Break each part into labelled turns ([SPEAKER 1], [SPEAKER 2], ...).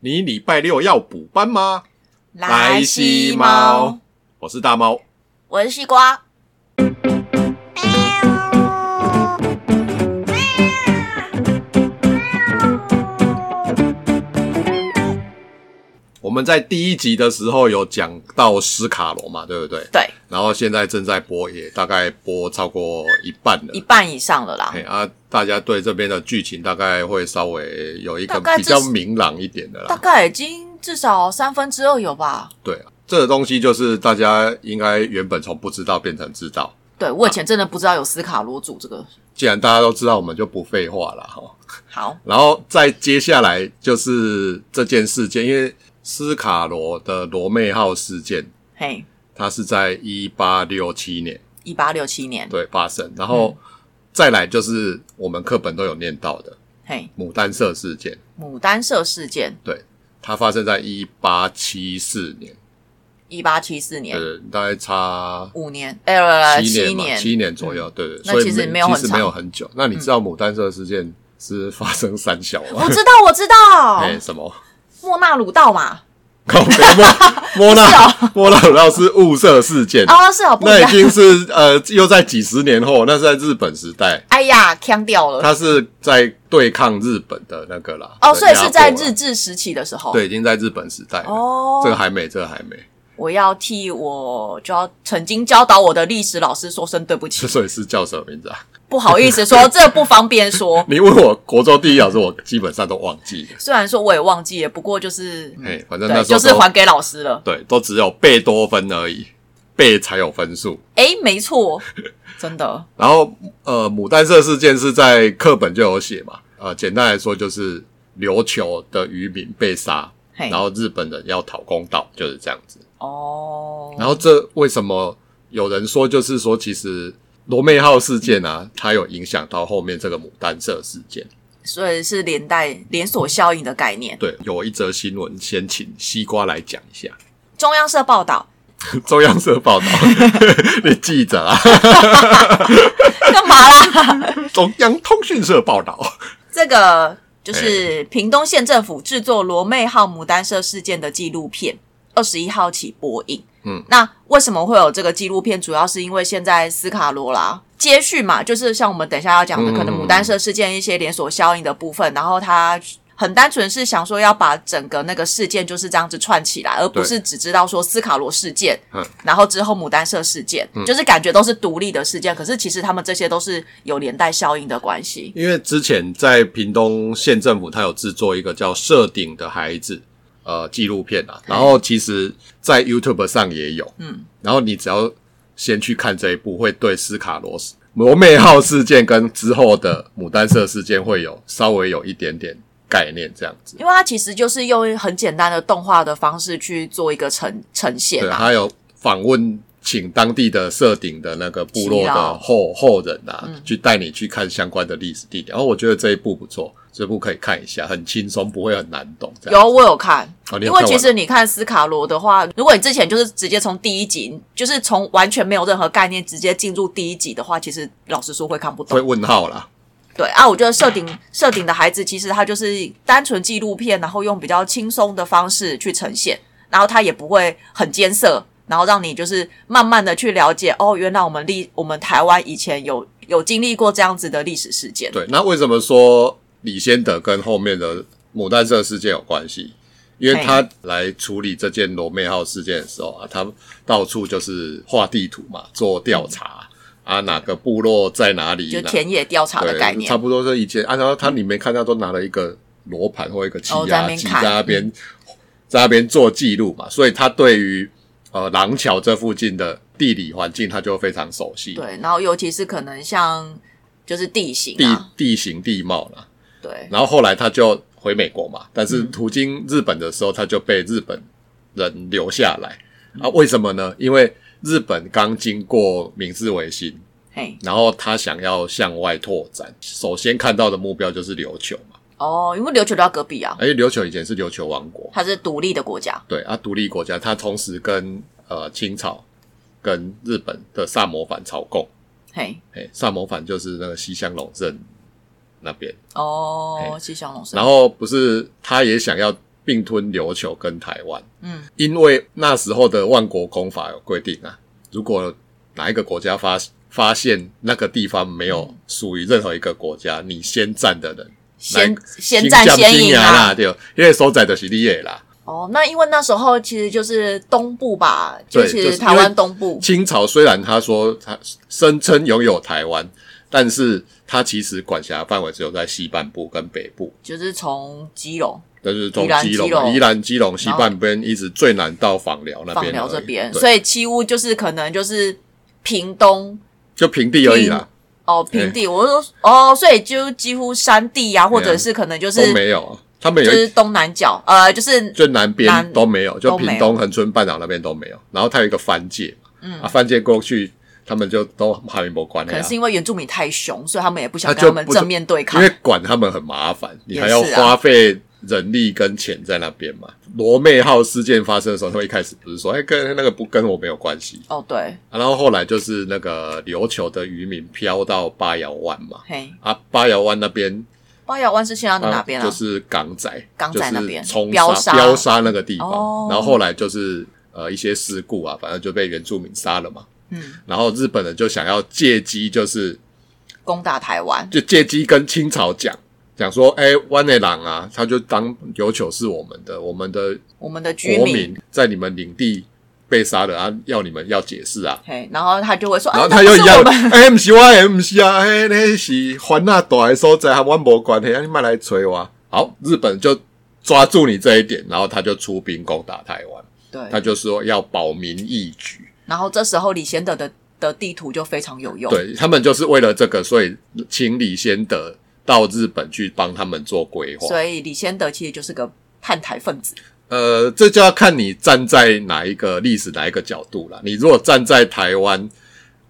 [SPEAKER 1] 你礼拜六要补班吗？
[SPEAKER 2] 来
[SPEAKER 1] 西猫，，我是大猫。
[SPEAKER 2] 我是西瓜。
[SPEAKER 1] 我们在第一集的时候有讲到斯卡罗嘛，对不对？
[SPEAKER 2] 对，
[SPEAKER 1] 然后现在正在播，也大概播超过一半了
[SPEAKER 2] 一。半以上了啦
[SPEAKER 1] 哎。啊，大家对这边的剧情大概会稍微有一个
[SPEAKER 2] 大概
[SPEAKER 1] 比
[SPEAKER 2] 这
[SPEAKER 1] 较
[SPEAKER 2] 是
[SPEAKER 1] 明朗一点的啦
[SPEAKER 2] 大。概已经至少三分之二有吧？
[SPEAKER 1] 对啊，这个东西就是大家应该原本从不知道变成知道。
[SPEAKER 2] 对我以前真的不知道有斯卡罗组这个。
[SPEAKER 1] 既然大家都知道，我们就不废话了哈。
[SPEAKER 2] 好，
[SPEAKER 1] 然后再接下来就是这件事件，因为斯卡罗的罗妹号事件，
[SPEAKER 2] 嘿，
[SPEAKER 1] 它是在一八六七年
[SPEAKER 2] 一八六七年，
[SPEAKER 1] 对发生，然后再来就是我们课本都有念到的
[SPEAKER 2] 嘿，
[SPEAKER 1] 牡丹社事件，
[SPEAKER 2] 牡丹社事件，
[SPEAKER 1] 对，它发生在一八七四年，
[SPEAKER 2] 一八七四年，
[SPEAKER 1] 呃，大概差
[SPEAKER 2] 五年，哎，
[SPEAKER 1] 七
[SPEAKER 2] 七嗯
[SPEAKER 1] 年嘛，七年左右，对对，
[SPEAKER 2] 那
[SPEAKER 1] 所以
[SPEAKER 2] 其实没
[SPEAKER 1] 没
[SPEAKER 2] 有很
[SPEAKER 1] 其实没
[SPEAKER 2] 长
[SPEAKER 1] 有很久。那你知道牡丹社事件是发生三小吗
[SPEAKER 2] 我？知道，我 知道，
[SPEAKER 1] 哎， 什么？
[SPEAKER 2] 莫纳鲁道嘛。
[SPEAKER 1] 靠北莫莫纳莫纳鲁道是雾社事件，
[SPEAKER 2] 哦，是哦，不 一
[SPEAKER 1] 那已
[SPEAKER 2] 样。
[SPEAKER 1] 经是呃又在几十年后，那是在日本时代，
[SPEAKER 2] 哎呀，腔掉了。
[SPEAKER 1] 他是在对抗日本的那个啦。
[SPEAKER 2] 哦，
[SPEAKER 1] 的
[SPEAKER 2] 所以
[SPEAKER 1] 压
[SPEAKER 2] 是
[SPEAKER 1] 迫
[SPEAKER 2] 在
[SPEAKER 1] 啦
[SPEAKER 2] 日治时期的时候。
[SPEAKER 1] 对，已经在日本时代了。
[SPEAKER 2] 哦，
[SPEAKER 1] 这个还没，这个还没，
[SPEAKER 2] 我要替我就要曾经教导我的历史老师说声对不
[SPEAKER 1] 之
[SPEAKER 2] 起，
[SPEAKER 1] 所以是叫什么名字啊？
[SPEAKER 2] 不好意思说，这不方便说。
[SPEAKER 1] 你问我国中第一老师，我基本上都忘记了。
[SPEAKER 2] 虽然说我也忘记了，不过就是，
[SPEAKER 1] 哎、反正那
[SPEAKER 2] 嗯对，
[SPEAKER 1] 时候
[SPEAKER 2] 就是
[SPEAKER 1] 都
[SPEAKER 2] 还给老师了。
[SPEAKER 1] 对，都只有背多分而已，背才有分数。
[SPEAKER 2] 哎，没错，真的，
[SPEAKER 1] 然后呃，牡丹社事件是在课本就有写嘛，呃，简单来说就是琉球的渔民被杀，
[SPEAKER 2] 嘿
[SPEAKER 1] 然，后日本人要讨公道，就是这样子。
[SPEAKER 2] 哦，
[SPEAKER 1] 然后这为什么有人说就是说，其实罗妹号事件啊，它有影响到后面这个牡丹社事件。
[SPEAKER 2] 所以是连带连锁效应的概念。
[SPEAKER 1] 对，有一则新闻，先请西瓜来讲一下。
[SPEAKER 2] 中央社报道，
[SPEAKER 1] 中央社报道， 你记着啊。
[SPEAKER 2] 干嘛啦？
[SPEAKER 1] 中央通讯社报道，
[SPEAKER 2] 这个就是
[SPEAKER 1] 哎
[SPEAKER 2] 屏东县政府制作罗妹号牡丹社事件的纪录片，二十一号起播映。
[SPEAKER 1] 嗯，
[SPEAKER 2] 那为什么会有这个纪录片？主要是因为现在斯卡罗啦接续嘛，就是像我们等一下要讲的，
[SPEAKER 1] 嗯
[SPEAKER 2] 可能牡丹社事件一些连锁效应的部分，然后它。很单纯是想说要把整个那个事件就是这样子串起来，而不
[SPEAKER 1] 对
[SPEAKER 2] 是只知道说斯卡罗事件，
[SPEAKER 1] 嗯
[SPEAKER 2] 然后之后牡丹社事件，就是感觉都是独立的事件，可是其实他们这些都是有连带效应的关系。
[SPEAKER 1] 因为之前在屏东县政府，它有制作一个叫《设顶的孩子》呃纪录片啊，然后其实在 YouTube 上也有，
[SPEAKER 2] 嗯，
[SPEAKER 1] 然后你只要先去看这一部，会对斯卡罗斯罗妹号事件跟之后的牡丹社事件会有稍微有一点点概念这样子。
[SPEAKER 2] 因为它其实就是用很简单的动画的方式去做一个呈呈现
[SPEAKER 1] 对，
[SPEAKER 2] 啊。
[SPEAKER 1] 还有访问请当地的设顶的那个部落的
[SPEAKER 2] 耆老
[SPEAKER 1] 后后人啊，去带你去看相关的历史地点。然哦后我觉得这一部不错，这部可以看一下，很轻松，不会很难懂。这样，
[SPEAKER 2] 有我有看，
[SPEAKER 1] 哦啊你有
[SPEAKER 2] 因
[SPEAKER 1] 看
[SPEAKER 2] 为
[SPEAKER 1] 完
[SPEAKER 2] 其实你看斯卡罗的话，如果你之前就是直接从第一集，就是从完全没有任何概念直接进入第一集的话，其实老实说会看不
[SPEAKER 1] 会
[SPEAKER 2] 懂。
[SPEAKER 1] 问号啦。
[SPEAKER 2] 对啊，我觉得设顶设顶的孩子其实他就是单纯纪录片，然后用比较轻松的方式去呈现，然后他也不会很艰涩，然后让你就是慢慢的去了解哦，原来我们历我们台湾以前有有经历过这样子的历史事件。
[SPEAKER 1] 对，那为什么说李先德跟后面的牡丹社事件有关系？因为他来处理这件罗妹号事件的时候啊，他到处就是画地图嘛，做调查、啊，哪个部落在哪里，
[SPEAKER 2] 就
[SPEAKER 1] 哪
[SPEAKER 2] 田野调查
[SPEAKER 1] 对，
[SPEAKER 2] 的概念
[SPEAKER 1] 差。不多是以前。啊，然后他你没看到都拿了一个罗盘或一个气
[SPEAKER 2] 哦在那
[SPEAKER 1] 压
[SPEAKER 2] 边
[SPEAKER 1] 计
[SPEAKER 2] 看
[SPEAKER 1] 在那边、在那边做记录嘛，所以他对于呃廊桥这附近的地理环境他就非常熟悉，
[SPEAKER 2] 对，然后尤其是可能像就是地形
[SPEAKER 1] 地
[SPEAKER 2] 啊，
[SPEAKER 1] 地形地貌啦。
[SPEAKER 2] 对，
[SPEAKER 1] 然后后来他就回美国嘛，但是
[SPEAKER 2] 嗯
[SPEAKER 1] 途经日本的时候，他就被日本人留下来啊？为什么呢？因为日本刚经过明治维新，
[SPEAKER 2] 嘿，
[SPEAKER 1] 然后他想要向外拓展，首先看到的目标就是琉球嘛。
[SPEAKER 2] 哦，因为琉球都要隔壁啊，
[SPEAKER 1] 而且琉球以前是琉球王国，
[SPEAKER 2] 它是独立的国家，
[SPEAKER 1] 对啊，独立国家，它同时跟呃清朝、跟日本的萨摩藩朝贡，
[SPEAKER 2] 嘿，
[SPEAKER 1] 哎，萨摩藩就是那个西乡隆盛那边，
[SPEAKER 2] 哦，西乡隆盛，
[SPEAKER 1] 然后不是他也想要并吞琉球跟台湾。
[SPEAKER 2] 嗯，
[SPEAKER 1] 因为那时候的万国公法有规定啊，如果哪一个国家发发现那个地方没有属于任何一个国家，你先占的人，
[SPEAKER 2] 先
[SPEAKER 1] 来
[SPEAKER 2] 先战
[SPEAKER 1] 先占
[SPEAKER 2] 先赢
[SPEAKER 1] 先
[SPEAKER 2] 啊！
[SPEAKER 1] 啦，对，因为所在的是你的啦。
[SPEAKER 2] 哦，那因为那时候其实就是东部吧，
[SPEAKER 1] 对
[SPEAKER 2] 就
[SPEAKER 1] 就是是
[SPEAKER 2] 台湾东部，
[SPEAKER 1] 清朝虽然他说他声称拥有台湾，但是他其实管辖范围只有在西半部跟北部，
[SPEAKER 2] 就是从基隆
[SPEAKER 1] 就是从
[SPEAKER 2] 宜兰
[SPEAKER 1] 基隆
[SPEAKER 2] 基隆
[SPEAKER 1] 嘛、宜兰、基隆西半边一直最南到访寮那
[SPEAKER 2] 访
[SPEAKER 1] 边而已，
[SPEAKER 2] 寮这边，
[SPEAKER 1] 对
[SPEAKER 2] 所以几乎就是可能就是屏东
[SPEAKER 1] 就平地而已啦，
[SPEAKER 2] 哦平地，我就说哦，所以就几乎山地呀、或
[SPEAKER 1] 啊
[SPEAKER 2] 者是可能就
[SPEAKER 1] 都
[SPEAKER 2] 是
[SPEAKER 1] 没有。啊他们
[SPEAKER 2] 就
[SPEAKER 1] 有一
[SPEAKER 2] 是东南角，呃，就是
[SPEAKER 1] 最南
[SPEAKER 2] 南
[SPEAKER 1] 边都没有，就
[SPEAKER 2] 都没有
[SPEAKER 1] 屏东恒春半岛那边都没有。然后它有一个番界嘛，
[SPEAKER 2] 嗯
[SPEAKER 1] 啊，番界过去他们就都还没有管
[SPEAKER 2] 可
[SPEAKER 1] 了
[SPEAKER 2] 能。是因为原住民太凶，所以他们也不想
[SPEAKER 1] 那
[SPEAKER 2] 跟他
[SPEAKER 1] 就
[SPEAKER 2] 们
[SPEAKER 1] 不
[SPEAKER 2] 正面对抗
[SPEAKER 1] 因为。管他们很麻烦，你还要
[SPEAKER 2] 也是啊
[SPEAKER 1] 花费人力跟钱在那边嘛。罗妹号事件发生的时候，他们一开始不是说，哎，跟那个不跟我没有关系、
[SPEAKER 2] 哦，对，
[SPEAKER 1] 啊然后后来就是那个琉球的渔民飘到八窑湾嘛，
[SPEAKER 2] 嘿，
[SPEAKER 1] 啊，八窑湾那边
[SPEAKER 2] 八窑湾是现在的哪边啊？
[SPEAKER 1] 就是港仔，
[SPEAKER 2] 港仔那边
[SPEAKER 1] 就是冲
[SPEAKER 2] 标
[SPEAKER 1] 杀
[SPEAKER 2] 杀
[SPEAKER 1] 标杀那个地方。
[SPEAKER 2] 哦
[SPEAKER 1] 然后后来就是呃一些事故啊，反正就被原住民杀了嘛。
[SPEAKER 2] 嗯，
[SPEAKER 1] 然后日本人就想要借机就是
[SPEAKER 2] 攻打台湾，
[SPEAKER 1] 就借机跟清朝讲，讲说，哎，湾内郎啊，他就当琉球是我们的，我们的
[SPEAKER 2] 我们的居
[SPEAKER 1] 国民在你们领地被杀了啊，要你们要解释啊。
[SPEAKER 2] 嘿，然后他就会说，
[SPEAKER 1] 然后
[SPEAKER 2] 啊
[SPEAKER 1] 他
[SPEAKER 2] 那
[SPEAKER 1] 又
[SPEAKER 2] 不
[SPEAKER 1] 一
[SPEAKER 2] 是
[SPEAKER 1] 样
[SPEAKER 2] 我，们
[SPEAKER 1] 哎，不是我，哎，不是啊，哎，那是环那大的所在，和我无关系，啊你莫来催我啊。好，日本就抓住你这一点，然后他就出兵攻打台湾，他
[SPEAKER 2] 对，
[SPEAKER 1] 就说要保民义举。
[SPEAKER 2] 然后这时候李贤德的的地图就非常有用，
[SPEAKER 1] 对他们就是为了这个，所以请李先德到日本去帮他们做规划。
[SPEAKER 2] 所以李先德其实就是个叛台分子，
[SPEAKER 1] 呃，这就要看你站在哪一个历史哪一个角度啦。你如果站在台湾，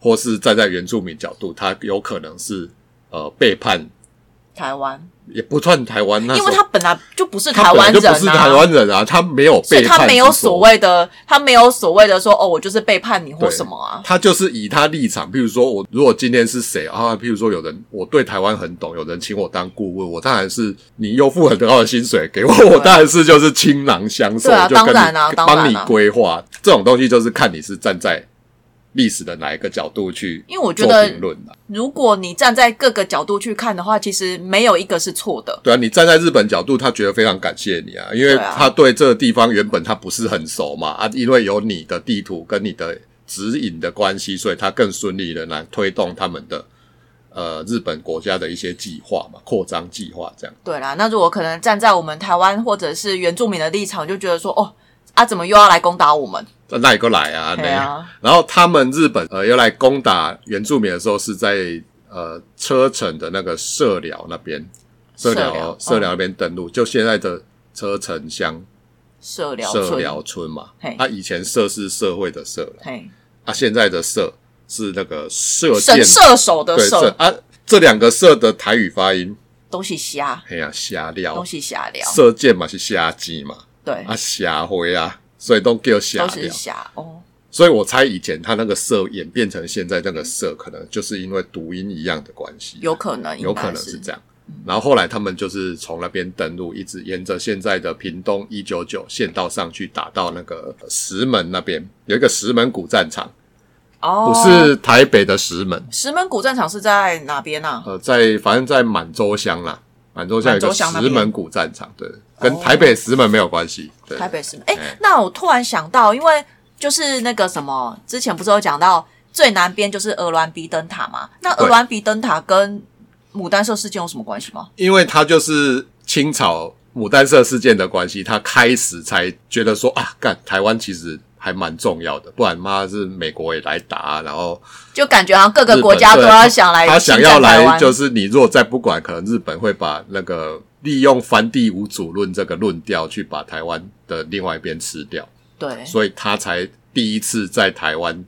[SPEAKER 1] 或是站在原住民角度，他有可能是呃背叛，
[SPEAKER 2] 台湾，
[SPEAKER 1] 也不算台湾那时
[SPEAKER 2] 因
[SPEAKER 1] 候
[SPEAKER 2] 为他本来就不是
[SPEAKER 1] 他
[SPEAKER 2] 台
[SPEAKER 1] 本
[SPEAKER 2] 湾人
[SPEAKER 1] 来就不是台
[SPEAKER 2] 啊。
[SPEAKER 1] 湾人啊，他没有
[SPEAKER 2] 所以
[SPEAKER 1] 背叛，
[SPEAKER 2] 他没有所，谓的，他没有所谓的说哦，我就是背叛你或什么啊，
[SPEAKER 1] 他就是以他立场，譬如说我如果今天是谁啊，譬如说有人我对台湾很懂，有人请我当顾问，我当然是你又付很高的薪水给我，我当然是就是倾囊相授，
[SPEAKER 2] 对啊
[SPEAKER 1] 就跟你
[SPEAKER 2] 当然啊当然啊
[SPEAKER 1] 帮你规划这种东西，就是看你是站在历史的哪一个角度去，
[SPEAKER 2] 因为我觉得
[SPEAKER 1] 评论啊
[SPEAKER 2] 如果你站在各个角度去看的话，其实没有一个是错的。
[SPEAKER 1] 对啊，你站在日本角度，他觉得非常感谢你啊，因为
[SPEAKER 2] 对啊
[SPEAKER 1] 他对这个地方原本他不是很熟嘛啊，因为有你的地图跟你的指引的关系，所以他更顺利的来推动他们的呃日本国家的一些计划嘛，扩张计划这样。
[SPEAKER 2] 对啦，那如果可能站在我们台湾或者是原住民的立场，就觉得说哦，啊，怎么又要来攻打我们？
[SPEAKER 1] 那那也过来啊，
[SPEAKER 2] 对啊，
[SPEAKER 1] 然后他们日本呃要来攻打原住民的时候，是在呃车城的那个社寮那边，社
[SPEAKER 2] 社
[SPEAKER 1] 寮
[SPEAKER 2] 寮嗯
[SPEAKER 1] 社寮那边登陆，就现在的车城乡
[SPEAKER 2] 社寮
[SPEAKER 1] 社
[SPEAKER 2] 村，
[SPEAKER 1] 寮村嘛
[SPEAKER 2] 嘿，
[SPEAKER 1] 他以前社是社会的社啦
[SPEAKER 2] 嘿，
[SPEAKER 1] 啊，现在的射是那个射箭
[SPEAKER 2] 神射手的
[SPEAKER 1] 对射
[SPEAKER 2] 射，
[SPEAKER 1] 啊，这两个射的台语发音，
[SPEAKER 2] 东西瞎，
[SPEAKER 1] 哎呀、瞎料
[SPEAKER 2] 东，西瞎聊，
[SPEAKER 1] 射箭嘛是瞎鸡嘛，
[SPEAKER 2] 对，
[SPEAKER 1] 啊瞎灰啊，所以都叫瞎
[SPEAKER 2] 都是
[SPEAKER 1] 料。
[SPEAKER 2] 瞎哦，
[SPEAKER 1] 所以我猜以前他那个射演变成现在那个射，可能就是因为读音一样的关系，
[SPEAKER 2] 有可能，
[SPEAKER 1] 有可
[SPEAKER 2] 应该
[SPEAKER 1] 能
[SPEAKER 2] 是
[SPEAKER 1] 是这样。然后后来他们就是从那边登陆，一直沿着现在的屏东一九九县道上去，打到那个石门那边，有一个石门古战场，
[SPEAKER 2] 哦，
[SPEAKER 1] 不是台北的石门，
[SPEAKER 2] 石门古战场是在哪边啊？
[SPEAKER 1] 呃，在反正在满洲乡啦，满洲乡有一
[SPEAKER 2] 满
[SPEAKER 1] 个
[SPEAKER 2] 洲乡那
[SPEAKER 1] 石
[SPEAKER 2] 边哦
[SPEAKER 1] 门古战场，对，跟台北石门没有关系，对，
[SPEAKER 2] 台北石门。哎、
[SPEAKER 1] 哎
[SPEAKER 2] 那我突然想到，因为就是那个什么，之前不是有讲到最南边就是鹅銮鼻灯塔嘛？那鹅
[SPEAKER 1] 对
[SPEAKER 2] 銮鼻灯塔跟牡丹社事件有什么关系吗？
[SPEAKER 1] 因为他就是清朝牡丹社事件的关系，他开始才觉得说啊，干台湾其实还蛮重要的，不然妈是美国也来打，啊然后
[SPEAKER 2] 就感觉好像各
[SPEAKER 1] 日
[SPEAKER 2] 个
[SPEAKER 1] 本
[SPEAKER 2] 国家都
[SPEAKER 1] 对
[SPEAKER 2] 要想来
[SPEAKER 1] 他
[SPEAKER 2] 侵
[SPEAKER 1] 想
[SPEAKER 2] 占
[SPEAKER 1] 要
[SPEAKER 2] 台
[SPEAKER 1] 来
[SPEAKER 2] 湾
[SPEAKER 1] 就是你如果再不管，可能日本会把那个利用藩地无主论这个论调去把台湾的另外一边吃掉。
[SPEAKER 2] 对，
[SPEAKER 1] 所以他才第一次在台湾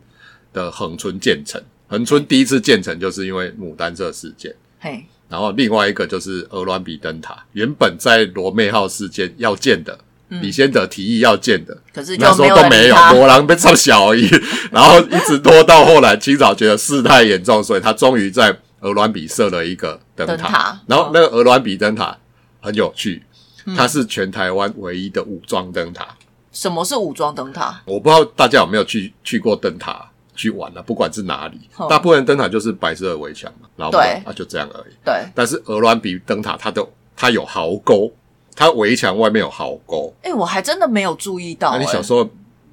[SPEAKER 1] 的恒春建成。恒春第一次建成就是因为牡丹社事件，
[SPEAKER 2] 嘿，
[SPEAKER 1] 然后另外一个就是鹅銮鼻灯塔，原本在罗妹号事件要建的，
[SPEAKER 2] 嗯
[SPEAKER 1] 李先德提议要建的，
[SPEAKER 2] 可是
[SPEAKER 1] 那
[SPEAKER 2] 就
[SPEAKER 1] 时候
[SPEAKER 2] 没有
[SPEAKER 1] 都
[SPEAKER 2] 人
[SPEAKER 1] 没
[SPEAKER 2] 理
[SPEAKER 1] 有
[SPEAKER 2] 他，。
[SPEAKER 1] 罗郎被唱小而已，然后一 直拖到后来清朝觉得事态严重，所以他终于在鹅銮鼻设了一个灯
[SPEAKER 2] 灯塔哦嗯
[SPEAKER 1] 然后那个鹅銮鼻灯塔很有趣，它是全台湾唯一的武装灯塔。
[SPEAKER 2] 什么是武装灯塔？
[SPEAKER 1] 我不知道大家有没有去去过灯塔去玩啊，不管是哪里，
[SPEAKER 2] 哼
[SPEAKER 1] 大部分灯塔就是白色的围墙嘛，然后
[SPEAKER 2] 哦对
[SPEAKER 1] 啊就这样而已。
[SPEAKER 2] 对，
[SPEAKER 1] 但是鹅銮鼻灯塔它的它有壕沟，它围墙外面有壕沟。
[SPEAKER 2] 哎、我还真的没有注意到、
[SPEAKER 1] 那、你
[SPEAKER 2] 诶
[SPEAKER 1] 小时候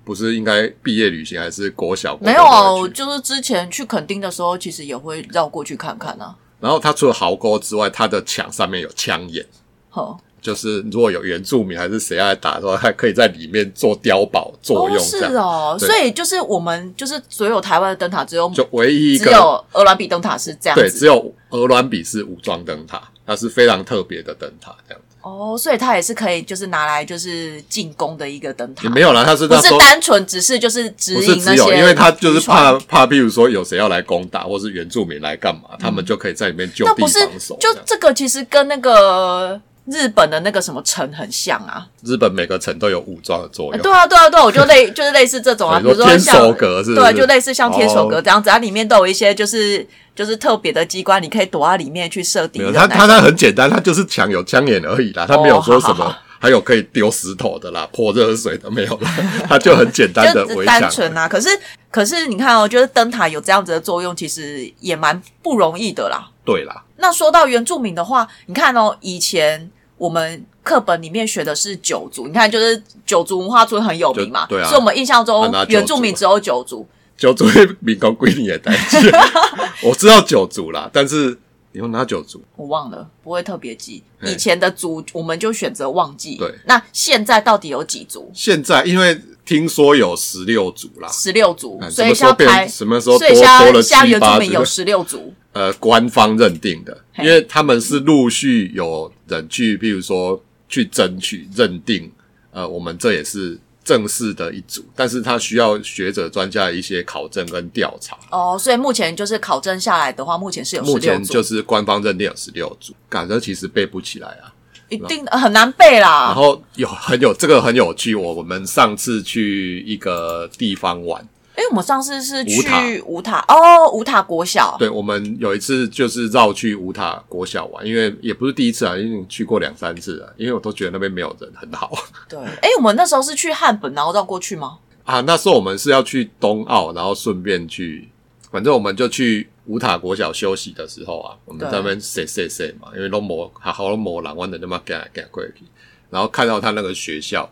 [SPEAKER 1] 不是应该毕业旅行还是国小？国
[SPEAKER 2] 没
[SPEAKER 1] 中
[SPEAKER 2] 有啊？
[SPEAKER 1] 都
[SPEAKER 2] 我
[SPEAKER 1] 会去
[SPEAKER 2] 就是之前去垦丁的时候，其实也会绕过去看看啊。
[SPEAKER 1] 然后它除了壕沟之外，它的墙上面有枪眼，
[SPEAKER 2] 哼，
[SPEAKER 1] 就是如果有原住民还是谁要来打的话，它可以在里面做碉堡作
[SPEAKER 2] 哦，
[SPEAKER 1] 用，
[SPEAKER 2] 是
[SPEAKER 1] 这样、
[SPEAKER 2] 哦，
[SPEAKER 1] 对
[SPEAKER 2] 所以就是我们就是所有台湾的灯塔，只有
[SPEAKER 1] 就唯一一
[SPEAKER 2] 只
[SPEAKER 1] 个
[SPEAKER 2] 有鹅銮比灯塔是这样
[SPEAKER 1] 对，
[SPEAKER 2] 子。
[SPEAKER 1] 只有鹅銮鼻是武装灯塔，它是非常特别的灯塔，这样子
[SPEAKER 2] 哦，所以它也是可以就是拿来就是进攻的一个灯塔
[SPEAKER 1] 也，没有啦，它是
[SPEAKER 2] 不
[SPEAKER 1] 那时
[SPEAKER 2] 是
[SPEAKER 1] 候
[SPEAKER 2] 单纯只是就是指
[SPEAKER 1] 不是
[SPEAKER 2] 引那
[SPEAKER 1] 只
[SPEAKER 2] 些渔
[SPEAKER 1] 有，
[SPEAKER 2] 船，
[SPEAKER 1] 因为他就是怕怕，譬如说有谁要来攻打，或是原住民来干嘛，他们就可以在里面就
[SPEAKER 2] 嗯那
[SPEAKER 1] 地
[SPEAKER 2] 不是
[SPEAKER 1] 防守。
[SPEAKER 2] 就
[SPEAKER 1] 这样
[SPEAKER 2] 这个其实跟那个日本的那个什么城很像啊。
[SPEAKER 1] 日本每个城哦都有武装的作
[SPEAKER 2] 呃
[SPEAKER 1] 用，
[SPEAKER 2] 对啊，对啊，对啊，我就 类就是类似这种啊，比
[SPEAKER 1] 对
[SPEAKER 2] 如
[SPEAKER 1] 说
[SPEAKER 2] 说像
[SPEAKER 1] 天守阁是不是
[SPEAKER 2] 对，就类似像天守阁
[SPEAKER 1] 哦
[SPEAKER 2] 这样子，它里面都有一些就是就是特别的机关，你可以躲在里面去射敌
[SPEAKER 1] 没有
[SPEAKER 2] 人。啊
[SPEAKER 1] 他他他很简单，他就是抢有枪眼而已啦，他没有说什么。
[SPEAKER 2] 哦好好好
[SPEAKER 1] 还有可以丢石头的啦，泼热水的没有啦， 他就很简单的
[SPEAKER 2] 就只
[SPEAKER 1] 围
[SPEAKER 2] 单
[SPEAKER 1] 墙。
[SPEAKER 2] 纯啊。可是可是你看哦，就是灯塔有这样子的作用，其实也蛮不容易的啦。
[SPEAKER 1] 对啦，
[SPEAKER 2] 那说到原住民的话，你看哦，以前我们课本里面学的是九族，你看就是九族文化村很有名嘛，
[SPEAKER 1] 就对啊
[SPEAKER 2] 所以我们印象中
[SPEAKER 1] 他拿九族
[SPEAKER 2] 原住民只有九族，
[SPEAKER 1] 九族会民工归你的代志。 我知道九族啦，但是你用哪九族？
[SPEAKER 2] 我忘了，不会特别记。
[SPEAKER 1] 嘿
[SPEAKER 2] 以前的族我们就选择忘记，
[SPEAKER 1] 对
[SPEAKER 2] 那现在到底有几族？
[SPEAKER 1] 现在因为听说有十六族啦，
[SPEAKER 2] 十六族，
[SPEAKER 1] 哎什
[SPEAKER 2] 所以
[SPEAKER 1] 么时
[SPEAKER 2] 现
[SPEAKER 1] 候
[SPEAKER 2] 在排，
[SPEAKER 1] 变？什么时候
[SPEAKER 2] 所
[SPEAKER 1] 多
[SPEAKER 2] 以现
[SPEAKER 1] 多
[SPEAKER 2] 在
[SPEAKER 1] 了
[SPEAKER 2] 现在
[SPEAKER 1] 七
[SPEAKER 2] 原住
[SPEAKER 1] 八
[SPEAKER 2] 民
[SPEAKER 1] 族
[SPEAKER 2] 有？十六族，
[SPEAKER 1] 呃，官方认定的，
[SPEAKER 2] 嘿
[SPEAKER 1] 因为他们是陆续有人去，譬如说去争取认定，呃，我们这也是正式的一组，但是它需要学者专家的一些考证跟调查。
[SPEAKER 2] 哦，所以目前就是考证下来的话，目前是哦有十
[SPEAKER 1] 目
[SPEAKER 2] 六
[SPEAKER 1] 前
[SPEAKER 2] 组，
[SPEAKER 1] 就是官方认定有十六组，感觉其实背不起来啊。
[SPEAKER 2] 一定呃很难背
[SPEAKER 1] 然
[SPEAKER 2] 啦。
[SPEAKER 1] 后有很有这个很有趣，我我们上次去一个地方玩，
[SPEAKER 2] 因为我们上次是
[SPEAKER 1] 五塔
[SPEAKER 2] 去五塔哦，五塔国小，
[SPEAKER 1] 对我们有一次就是绕去五塔国小玩，因为也不是第一次啊，因为去过两三次了，因为我都觉得那边没有人很好
[SPEAKER 2] 对，哎，我们那时候是去汉本，然后绕过去吗？
[SPEAKER 1] 啊。那时候我们是要去东澳，然后顺便去，反正我们就去五塔国小休息的时候啊，我们
[SPEAKER 2] 对
[SPEAKER 1] 在那边谁谁谁嘛，因为都磨好好都磨狼，弯的那么赶赶过去，然后看到他那个学校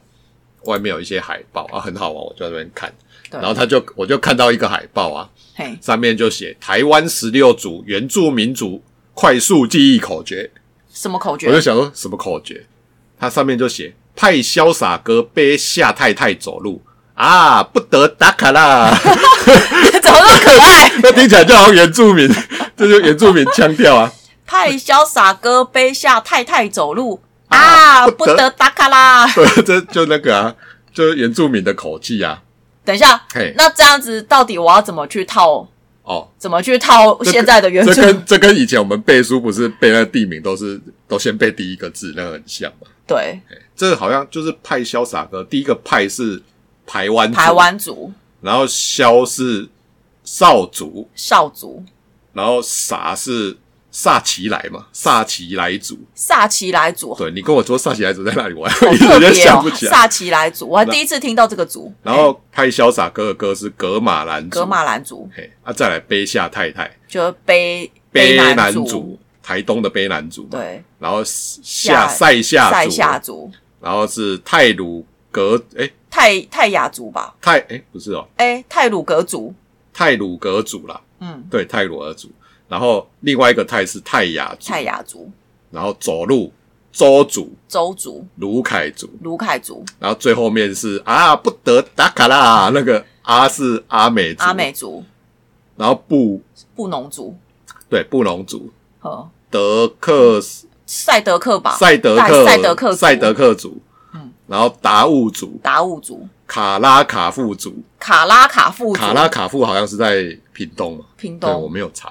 [SPEAKER 1] 外面有一些海报啊，很好玩，我就在那边看，
[SPEAKER 2] 对
[SPEAKER 1] 然后他就我就看到一个海报啊，
[SPEAKER 2] 嘿，
[SPEAKER 1] 上面就写台湾十六组原住民族快速记忆口诀，
[SPEAKER 2] 什么口
[SPEAKER 1] 我就
[SPEAKER 2] 诀？
[SPEAKER 1] 想说什么口诀？它上面就写派潇洒哥背夏太太走路啊，不得打卡啦。
[SPEAKER 2] 怎么那么可爱？
[SPEAKER 1] 那听起来就好像原住民，这就是原住民腔调啊。
[SPEAKER 2] 派潇洒哥背下太太走路
[SPEAKER 1] 啊
[SPEAKER 2] 啊，不
[SPEAKER 1] 不得
[SPEAKER 2] 得打卡啦！
[SPEAKER 1] 对，这就那个啊，就是原住民的口气啊。
[SPEAKER 2] 等一下
[SPEAKER 1] 嘿，
[SPEAKER 2] 那这样子到底我要怎么去套？
[SPEAKER 1] 哦，
[SPEAKER 2] 怎么去套
[SPEAKER 1] 这跟
[SPEAKER 2] 现在的原
[SPEAKER 1] 这
[SPEAKER 2] 著？
[SPEAKER 1] 跟这跟以前我们背书不是背那地名都是都先背第一个字，那个很像嘛。
[SPEAKER 2] 对，
[SPEAKER 1] 这好像就是派潇洒哥，第一个派是台湾族
[SPEAKER 2] 台湾族、
[SPEAKER 1] 然后萧是少族，
[SPEAKER 2] 少族、
[SPEAKER 1] 然后傻是萨奇莱嘛，萨奇莱族。
[SPEAKER 2] 萨奇莱族，
[SPEAKER 1] 对你跟我说萨奇莱族在哪里玩，
[SPEAKER 2] 好
[SPEAKER 1] 我一
[SPEAKER 2] 特
[SPEAKER 1] 时间
[SPEAKER 2] 别
[SPEAKER 1] 想
[SPEAKER 2] 哦
[SPEAKER 1] 不，起来。
[SPEAKER 2] 萨奇莱族，我还
[SPEAKER 1] 那
[SPEAKER 2] 第一次听到这个族。
[SPEAKER 1] 然
[SPEAKER 2] 嘿
[SPEAKER 1] 后拍潇洒哥的歌是格马兰族，
[SPEAKER 2] 格马兰族
[SPEAKER 1] 嘿啊，再来卑下太太，
[SPEAKER 2] 就是卑
[SPEAKER 1] 卑
[SPEAKER 2] 南
[SPEAKER 1] 族，台东的卑南族嘛。
[SPEAKER 2] 对，
[SPEAKER 1] 然后下
[SPEAKER 2] 夏
[SPEAKER 1] 塞夏族，
[SPEAKER 2] 塞夏族、
[SPEAKER 1] 然后是泰鲁格，诶，
[SPEAKER 2] 泰泰雅族吧？
[SPEAKER 1] 泰诶，不是哦，
[SPEAKER 2] 哎，泰鲁格族，
[SPEAKER 1] 泰鲁格族啦，
[SPEAKER 2] 嗯，
[SPEAKER 1] 对，泰鲁格族。然后另外一个泰是泰雅族，
[SPEAKER 2] 泰雅族、
[SPEAKER 1] 然后走路周族、
[SPEAKER 2] 周族、
[SPEAKER 1] 卢凯族，
[SPEAKER 2] 卢凯族、
[SPEAKER 1] 然后最后面是啊不得打卡啦，那个阿是阿美族，
[SPEAKER 2] 阿美族、
[SPEAKER 1] 然后布
[SPEAKER 2] 布农族
[SPEAKER 1] 对布农族、
[SPEAKER 2] 和
[SPEAKER 1] 德克斯
[SPEAKER 2] 赛德克吧？
[SPEAKER 1] 赛德克
[SPEAKER 2] 啊赛德克族
[SPEAKER 1] 赛德克族，
[SPEAKER 2] 嗯
[SPEAKER 1] 然后达悟族、
[SPEAKER 2] 达悟族、
[SPEAKER 1] 卡拉卡富族，
[SPEAKER 2] 卡拉卡富族、
[SPEAKER 1] 卡拉卡富好像是在屏东嘛，
[SPEAKER 2] 屏
[SPEAKER 1] 对我
[SPEAKER 2] 东、
[SPEAKER 1] 没有查。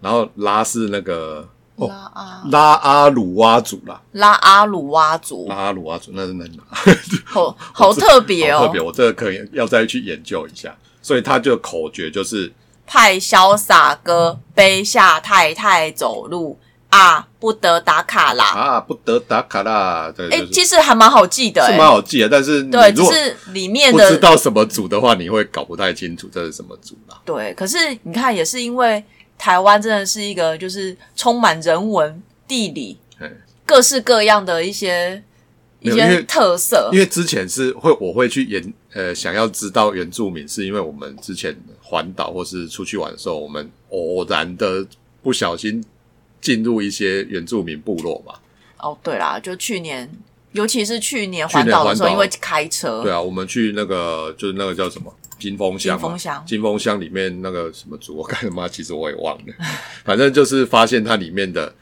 [SPEAKER 1] 然后拉是那个哦
[SPEAKER 2] 拉阿
[SPEAKER 1] 拉阿鲁哇族啦，
[SPEAKER 2] 拉阿鲁哇族
[SPEAKER 1] 拉，阿鲁哇族那是那哪？
[SPEAKER 2] 好好特别
[SPEAKER 1] 好
[SPEAKER 2] 哦
[SPEAKER 1] 特，别，我这个可以要再去研究一下。所以他就口诀就是
[SPEAKER 2] 派潇洒哥背下太太走路啊，不得打卡啦。
[SPEAKER 1] 啊，不得打卡啦，对，
[SPEAKER 2] 哎、
[SPEAKER 1] 就是
[SPEAKER 2] 其实还蛮好记的、
[SPEAKER 1] 是
[SPEAKER 2] 诶
[SPEAKER 1] 蛮好记的，但是你
[SPEAKER 2] 对，只
[SPEAKER 1] 如果
[SPEAKER 2] 是里面
[SPEAKER 1] 不
[SPEAKER 2] 的
[SPEAKER 1] 知道什么组的话，你会搞不太清楚这是什么组啦。
[SPEAKER 2] 对，可是你看，也是因为台湾真的是一个就是充满人文、地理
[SPEAKER 1] 嘿
[SPEAKER 2] 各式各样的一些一
[SPEAKER 1] 没有因
[SPEAKER 2] 些
[SPEAKER 1] 为
[SPEAKER 2] 特色
[SPEAKER 1] 因。为之前是会我会去研呃想要知道原住民，是因为我们之前环岛或是出去玩的时候，我们偶然的不小心进入一些原住民部落嘛。
[SPEAKER 2] 哦，对啦，就去年，尤其是去
[SPEAKER 1] 去年
[SPEAKER 2] 年环岛的时候，
[SPEAKER 1] 环岛
[SPEAKER 2] 因为开车，
[SPEAKER 1] 对啊，我们去那个就是那个叫什么金峰乡嘛，啊
[SPEAKER 2] 金峰乡
[SPEAKER 1] 金峰乡里面那个什么族，我干他 妈其实我也忘了，反正就是发现它里面的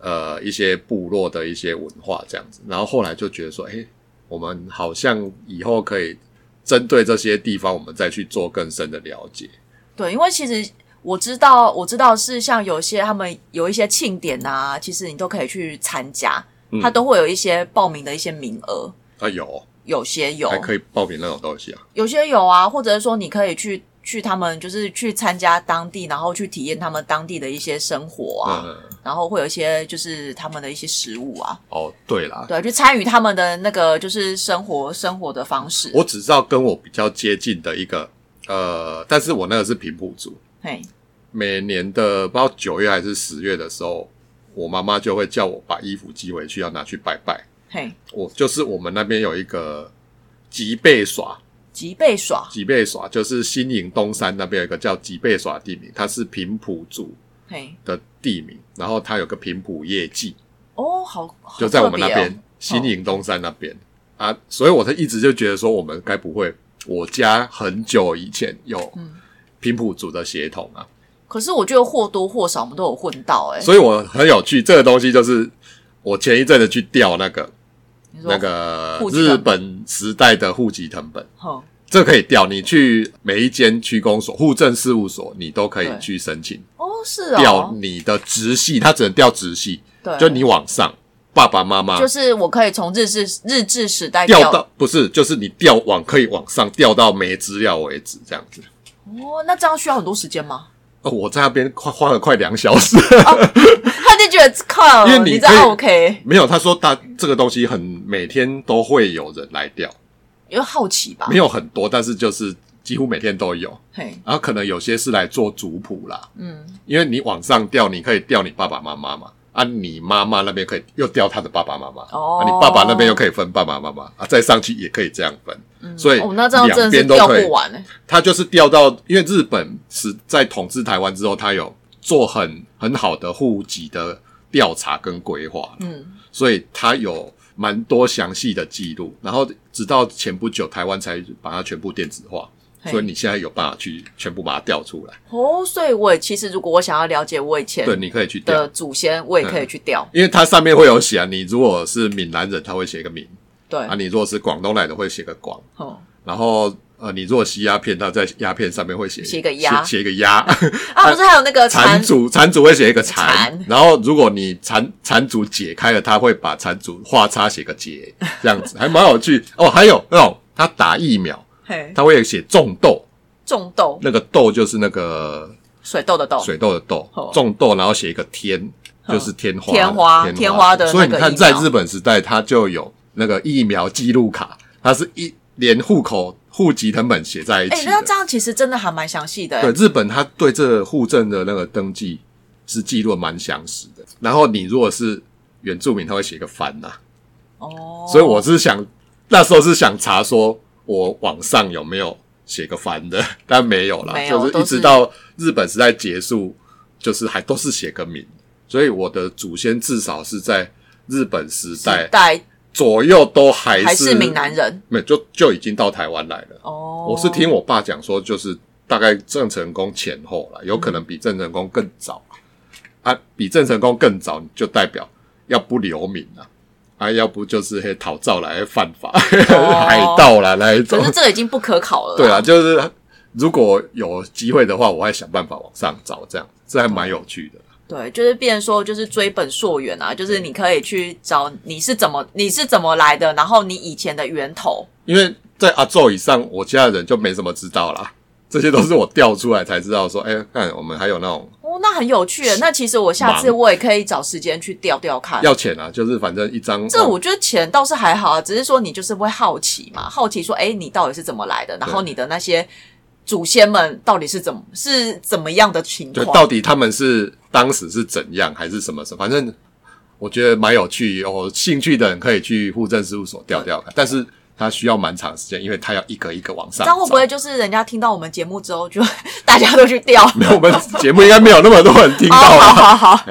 [SPEAKER 1] 呃一些部落的一些文化这样子，然后后来就觉得说，哎、我们好像以后可以针对这些地方，我们再去做更深的了解。
[SPEAKER 2] 对，因为其实我知道，我知道是像有些他们有一些庆典啊，其实你都可以去参加，
[SPEAKER 1] 嗯
[SPEAKER 2] 它都会有一些报名的一些名额，
[SPEAKER 1] 啊，有
[SPEAKER 2] 有些有，
[SPEAKER 1] 还可以报名那种东西啊，
[SPEAKER 2] 有些有啊，或者是说你可以去去他们就是去参加当地，然后去体验他们当地的一些生活啊，
[SPEAKER 1] 嗯，嗯
[SPEAKER 2] 然后会有一些就是他们的一些食物啊，
[SPEAKER 1] 哦，对啦，
[SPEAKER 2] 对，去参与他们的那个就是生活生活的方式。
[SPEAKER 1] 我只知道跟我比较接近的一个呃，但是我那个是平埔族，
[SPEAKER 2] 嘿，
[SPEAKER 1] 每年的不知道九月还是十月的时候，我妈妈就会叫我把衣服寄回去，要拿去拜拜。
[SPEAKER 2] 嘿，
[SPEAKER 1] 我就是我们那边有一个吉贝耍，
[SPEAKER 2] 吉贝耍，
[SPEAKER 1] 吉贝耍就是新营东山那边有一个叫吉贝耍的地名，它是平埔族
[SPEAKER 2] 嘿，
[SPEAKER 1] 的地名，然后它有个平埔夜祭，
[SPEAKER 2] 哦，好，好
[SPEAKER 1] 就在我们那
[SPEAKER 2] 特别
[SPEAKER 1] 边、
[SPEAKER 2] 哦
[SPEAKER 1] 新营东山那边、啊，所以我才一直就觉得说，我们该不会我家很久以前有
[SPEAKER 2] 嗯
[SPEAKER 1] 平埔族的血统啊？
[SPEAKER 2] 可是我觉得或多或少我们都有混到哎、欸，
[SPEAKER 1] 所以我很有趣，这个东西就是我前一阵子去调那个
[SPEAKER 2] 你说
[SPEAKER 1] 那，个
[SPEAKER 2] 户籍
[SPEAKER 1] 日
[SPEAKER 2] 成
[SPEAKER 1] 本时代的户籍成本，
[SPEAKER 2] 哼，
[SPEAKER 1] 这可以调。你去每一间区公所、户政事务所，你都可以
[SPEAKER 2] 对
[SPEAKER 1] 去申请
[SPEAKER 2] 哦，是
[SPEAKER 1] 调
[SPEAKER 2] 哦，
[SPEAKER 1] 你的直系，它只能调直系，
[SPEAKER 2] 对，
[SPEAKER 1] 就你往上，爸爸妈妈
[SPEAKER 2] 就是我可以从日治日治时代
[SPEAKER 1] 调到不是，就是你调往可以往上调到没资料为止，这样子。
[SPEAKER 2] 哦，那这样需要很多时间吗？
[SPEAKER 1] 哦，我在那边花花了快两小时，
[SPEAKER 2] 他就觉得靠，
[SPEAKER 1] 因为你
[SPEAKER 2] 你
[SPEAKER 1] 可
[SPEAKER 2] 这
[SPEAKER 1] 以
[SPEAKER 2] OK，
[SPEAKER 1] 没有。他说大这个东西很每天都会有人来调，
[SPEAKER 2] 因为好奇吧
[SPEAKER 1] 没？有很多，但是就是几乎每天都有。
[SPEAKER 2] 嘿，
[SPEAKER 1] 然后可能有些是来做族谱啦，
[SPEAKER 2] 嗯，
[SPEAKER 1] 因为你往上调，你可以调你爸爸妈妈嘛，啊，你妈妈那边可以又调他的爸爸妈妈，
[SPEAKER 2] 哦
[SPEAKER 1] 啊，你爸爸那边又可以分爸爸妈妈，啊，再上去也可以这样分，所以
[SPEAKER 2] 哦，那这样真
[SPEAKER 1] 两
[SPEAKER 2] 的是
[SPEAKER 1] 边都
[SPEAKER 2] 调
[SPEAKER 1] 可以
[SPEAKER 2] 不。完欸
[SPEAKER 1] 他就是调到，因为日本是在统治台湾之后，他有做很很好的户籍的调查跟规划，
[SPEAKER 2] 嗯，
[SPEAKER 1] 所以他有蛮多详细的记录。然后直到前不久，台湾才把它全部电子化，
[SPEAKER 2] 嘿
[SPEAKER 1] 所以你现在有办法去全部把它调出来。
[SPEAKER 2] 哦，所以我也其实如果我想要了解我以前
[SPEAKER 1] 对，你可以去调，
[SPEAKER 2] 的祖先，我也可以去调，
[SPEAKER 1] 因为它上面会有写啊，你如果是闽南人，他会写个闽
[SPEAKER 2] 对
[SPEAKER 1] 啊；，你如果是广东来的，会写个广。
[SPEAKER 2] 哦，
[SPEAKER 1] 然后呃，你如果吸鸦片，他在鸦片上面会写
[SPEAKER 2] 写一个鸦
[SPEAKER 1] 写写一个鸦。
[SPEAKER 2] 啊，不是还有那个
[SPEAKER 1] 缠
[SPEAKER 2] 蚕
[SPEAKER 1] 族缠族会写一个缠
[SPEAKER 2] 缠，
[SPEAKER 1] 然后如果你缠缠族解开了，他会把缠族画叉写个结，这样子还蛮有趣哦。还有那种他打疫苗，
[SPEAKER 2] 嘿，
[SPEAKER 1] 他会写种豆，
[SPEAKER 2] 种豆，
[SPEAKER 1] 那个豆就是那个
[SPEAKER 2] 水豆的豆，
[SPEAKER 1] 水痘的痘
[SPEAKER 2] 哦，
[SPEAKER 1] 种痘，然后写一个天，
[SPEAKER 2] 嗯
[SPEAKER 1] 就是天花，
[SPEAKER 2] 天花天花的
[SPEAKER 1] 所以你
[SPEAKER 2] 那
[SPEAKER 1] 看，
[SPEAKER 2] 个
[SPEAKER 1] 在
[SPEAKER 2] 疫苗
[SPEAKER 1] 日本时代，它就有那个疫苗记录卡，它是一连户口、户籍成本写在一
[SPEAKER 2] 哎，
[SPEAKER 1] 起
[SPEAKER 2] 那
[SPEAKER 1] 的。
[SPEAKER 2] 这样其实真的还蛮详细的欸，
[SPEAKER 1] 对，日本它对这户政的那个登记是记录得蛮详实的。然后你如果是原住民，他会写一个番呐、
[SPEAKER 2] 哦，
[SPEAKER 1] 所以我是想那时候是想查说我网上有没有写个番的， 但没有啦，
[SPEAKER 2] 没有
[SPEAKER 1] 就是一直到日本时代结束，就是还都是写个名，所以我的祖先至少是在日本时代
[SPEAKER 2] 时代
[SPEAKER 1] 左右都还是
[SPEAKER 2] 还是闽南，人
[SPEAKER 1] 没有就就已经到台湾来了。
[SPEAKER 2] 哦，
[SPEAKER 1] 我是听我爸讲说，就是大概郑成功前后啦，有可能比郑成功更早啊，比郑成功更早就代表要不留名啦，啊，要不就是嘿讨债来犯法、 海盗啦那一种
[SPEAKER 2] 哦可。是这个已经不可考了，
[SPEAKER 1] 对啊，，就是如果有机会的话，我会想办法往上找，这样这还蛮有趣的。
[SPEAKER 2] 对，就是变成说，就是追本溯源啊，就是你可以去找你是怎么你是怎么来的，然后你以前的源头。
[SPEAKER 1] 因为在阿宙以上，我家的人就没什么知道啦，这些都是我调出来才知道说，哎、看我们还有那种
[SPEAKER 2] 哦，哦，那很有趣耶。那其实我下次
[SPEAKER 1] 忙
[SPEAKER 2] 我也可以找时间去调调看。
[SPEAKER 1] 要钱啊，就是反正一张
[SPEAKER 2] 这我觉得钱倒是还好啊，只是说你就是会好奇嘛，好奇说，哎，你到底是怎么来的？然后你的那些祖先们到底是怎么是怎么样的情
[SPEAKER 1] 就
[SPEAKER 2] 况？
[SPEAKER 1] 到底他们是当时是怎样，还是什么什么，反正我觉得蛮有趣。有兴趣的人可以去户政事务所调调看，但是他需要蛮长时间，因为他要一个一个往上
[SPEAKER 2] 这
[SPEAKER 1] 找。
[SPEAKER 2] 样会不会就是人家听到我们节目之后就， 大家都去调？
[SPEAKER 1] 没有，我们节目应该没有那么多人听
[SPEAKER 2] 哦，
[SPEAKER 1] 到
[SPEAKER 2] 好
[SPEAKER 1] 啦。
[SPEAKER 2] 好好，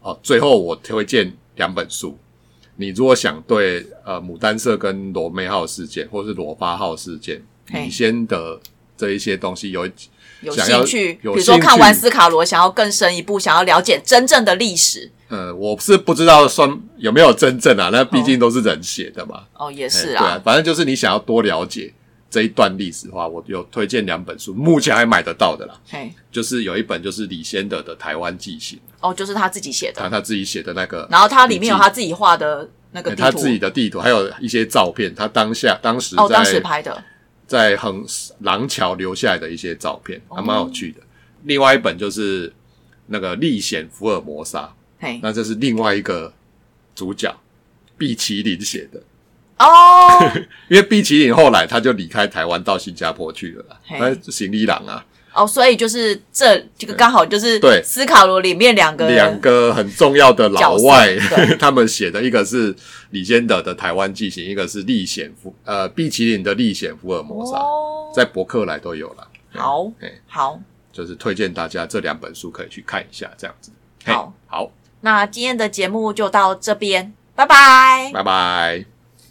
[SPEAKER 1] 哦，最后我推荐两本书。你如果想对呃牡丹社跟罗妹号事件，或是罗发号事件，
[SPEAKER 2] 嘿
[SPEAKER 1] 你先的这一些东西有
[SPEAKER 2] 有
[SPEAKER 1] 想要
[SPEAKER 2] 兴趣，比
[SPEAKER 1] 有
[SPEAKER 2] 如说
[SPEAKER 1] 兴
[SPEAKER 2] 看完
[SPEAKER 1] 趣
[SPEAKER 2] 斯卡罗，想要更深一步，想要了解真正的历史。
[SPEAKER 1] 呃，我是不知道算有没有真正啊，那毕竟都是人写的嘛。
[SPEAKER 2] 哦，也
[SPEAKER 1] 哎
[SPEAKER 2] 是
[SPEAKER 1] 对啊，反正就是你想要多了解这一段历史的话，我有推荐两本书，目前还买得到的啦。
[SPEAKER 2] 嘿，
[SPEAKER 1] 就是有一本就是李先德的《台湾纪行》，
[SPEAKER 2] 哦，就是他自己写的
[SPEAKER 1] 他，他自己写的那个，
[SPEAKER 2] 然后它里面有他自己画的那个
[SPEAKER 1] 哎
[SPEAKER 2] 地图，
[SPEAKER 1] 他自己的地图，还有一些照片，他当下当时在、
[SPEAKER 2] 哦，当时拍的，
[SPEAKER 1] 在横廊桥留下来的一些照片，
[SPEAKER 2] 哦
[SPEAKER 1] 还蛮有趣的。另外一本就是那个《历险福尔摩沙》，
[SPEAKER 2] 嘿，
[SPEAKER 1] 那这是另外一个主角毕奇林写的。
[SPEAKER 2] 哦，
[SPEAKER 1] 因为毕奇林后来他就离开台湾到新加坡去了啦，
[SPEAKER 2] 嘿
[SPEAKER 1] 他是行李郎啊，
[SPEAKER 2] 哦，所以就是这这个刚好就是
[SPEAKER 1] 对
[SPEAKER 2] 斯卡罗里面两个
[SPEAKER 1] 两个很重要的老外
[SPEAKER 2] 角色 对，
[SPEAKER 1] 他们写的一个是李先德的《台湾纪行》，一个是历险福呃毕奇林的《历险福尔摩沙》
[SPEAKER 2] 哦，
[SPEAKER 1] 在博客来都有了。
[SPEAKER 2] 好
[SPEAKER 1] 嘿，
[SPEAKER 2] 好，
[SPEAKER 1] 就是推荐大家这两本书可以去看一下，这样子。嘿
[SPEAKER 2] 好，
[SPEAKER 1] 好，
[SPEAKER 2] 那今天的节目就到这边，拜拜。
[SPEAKER 1] 拜拜。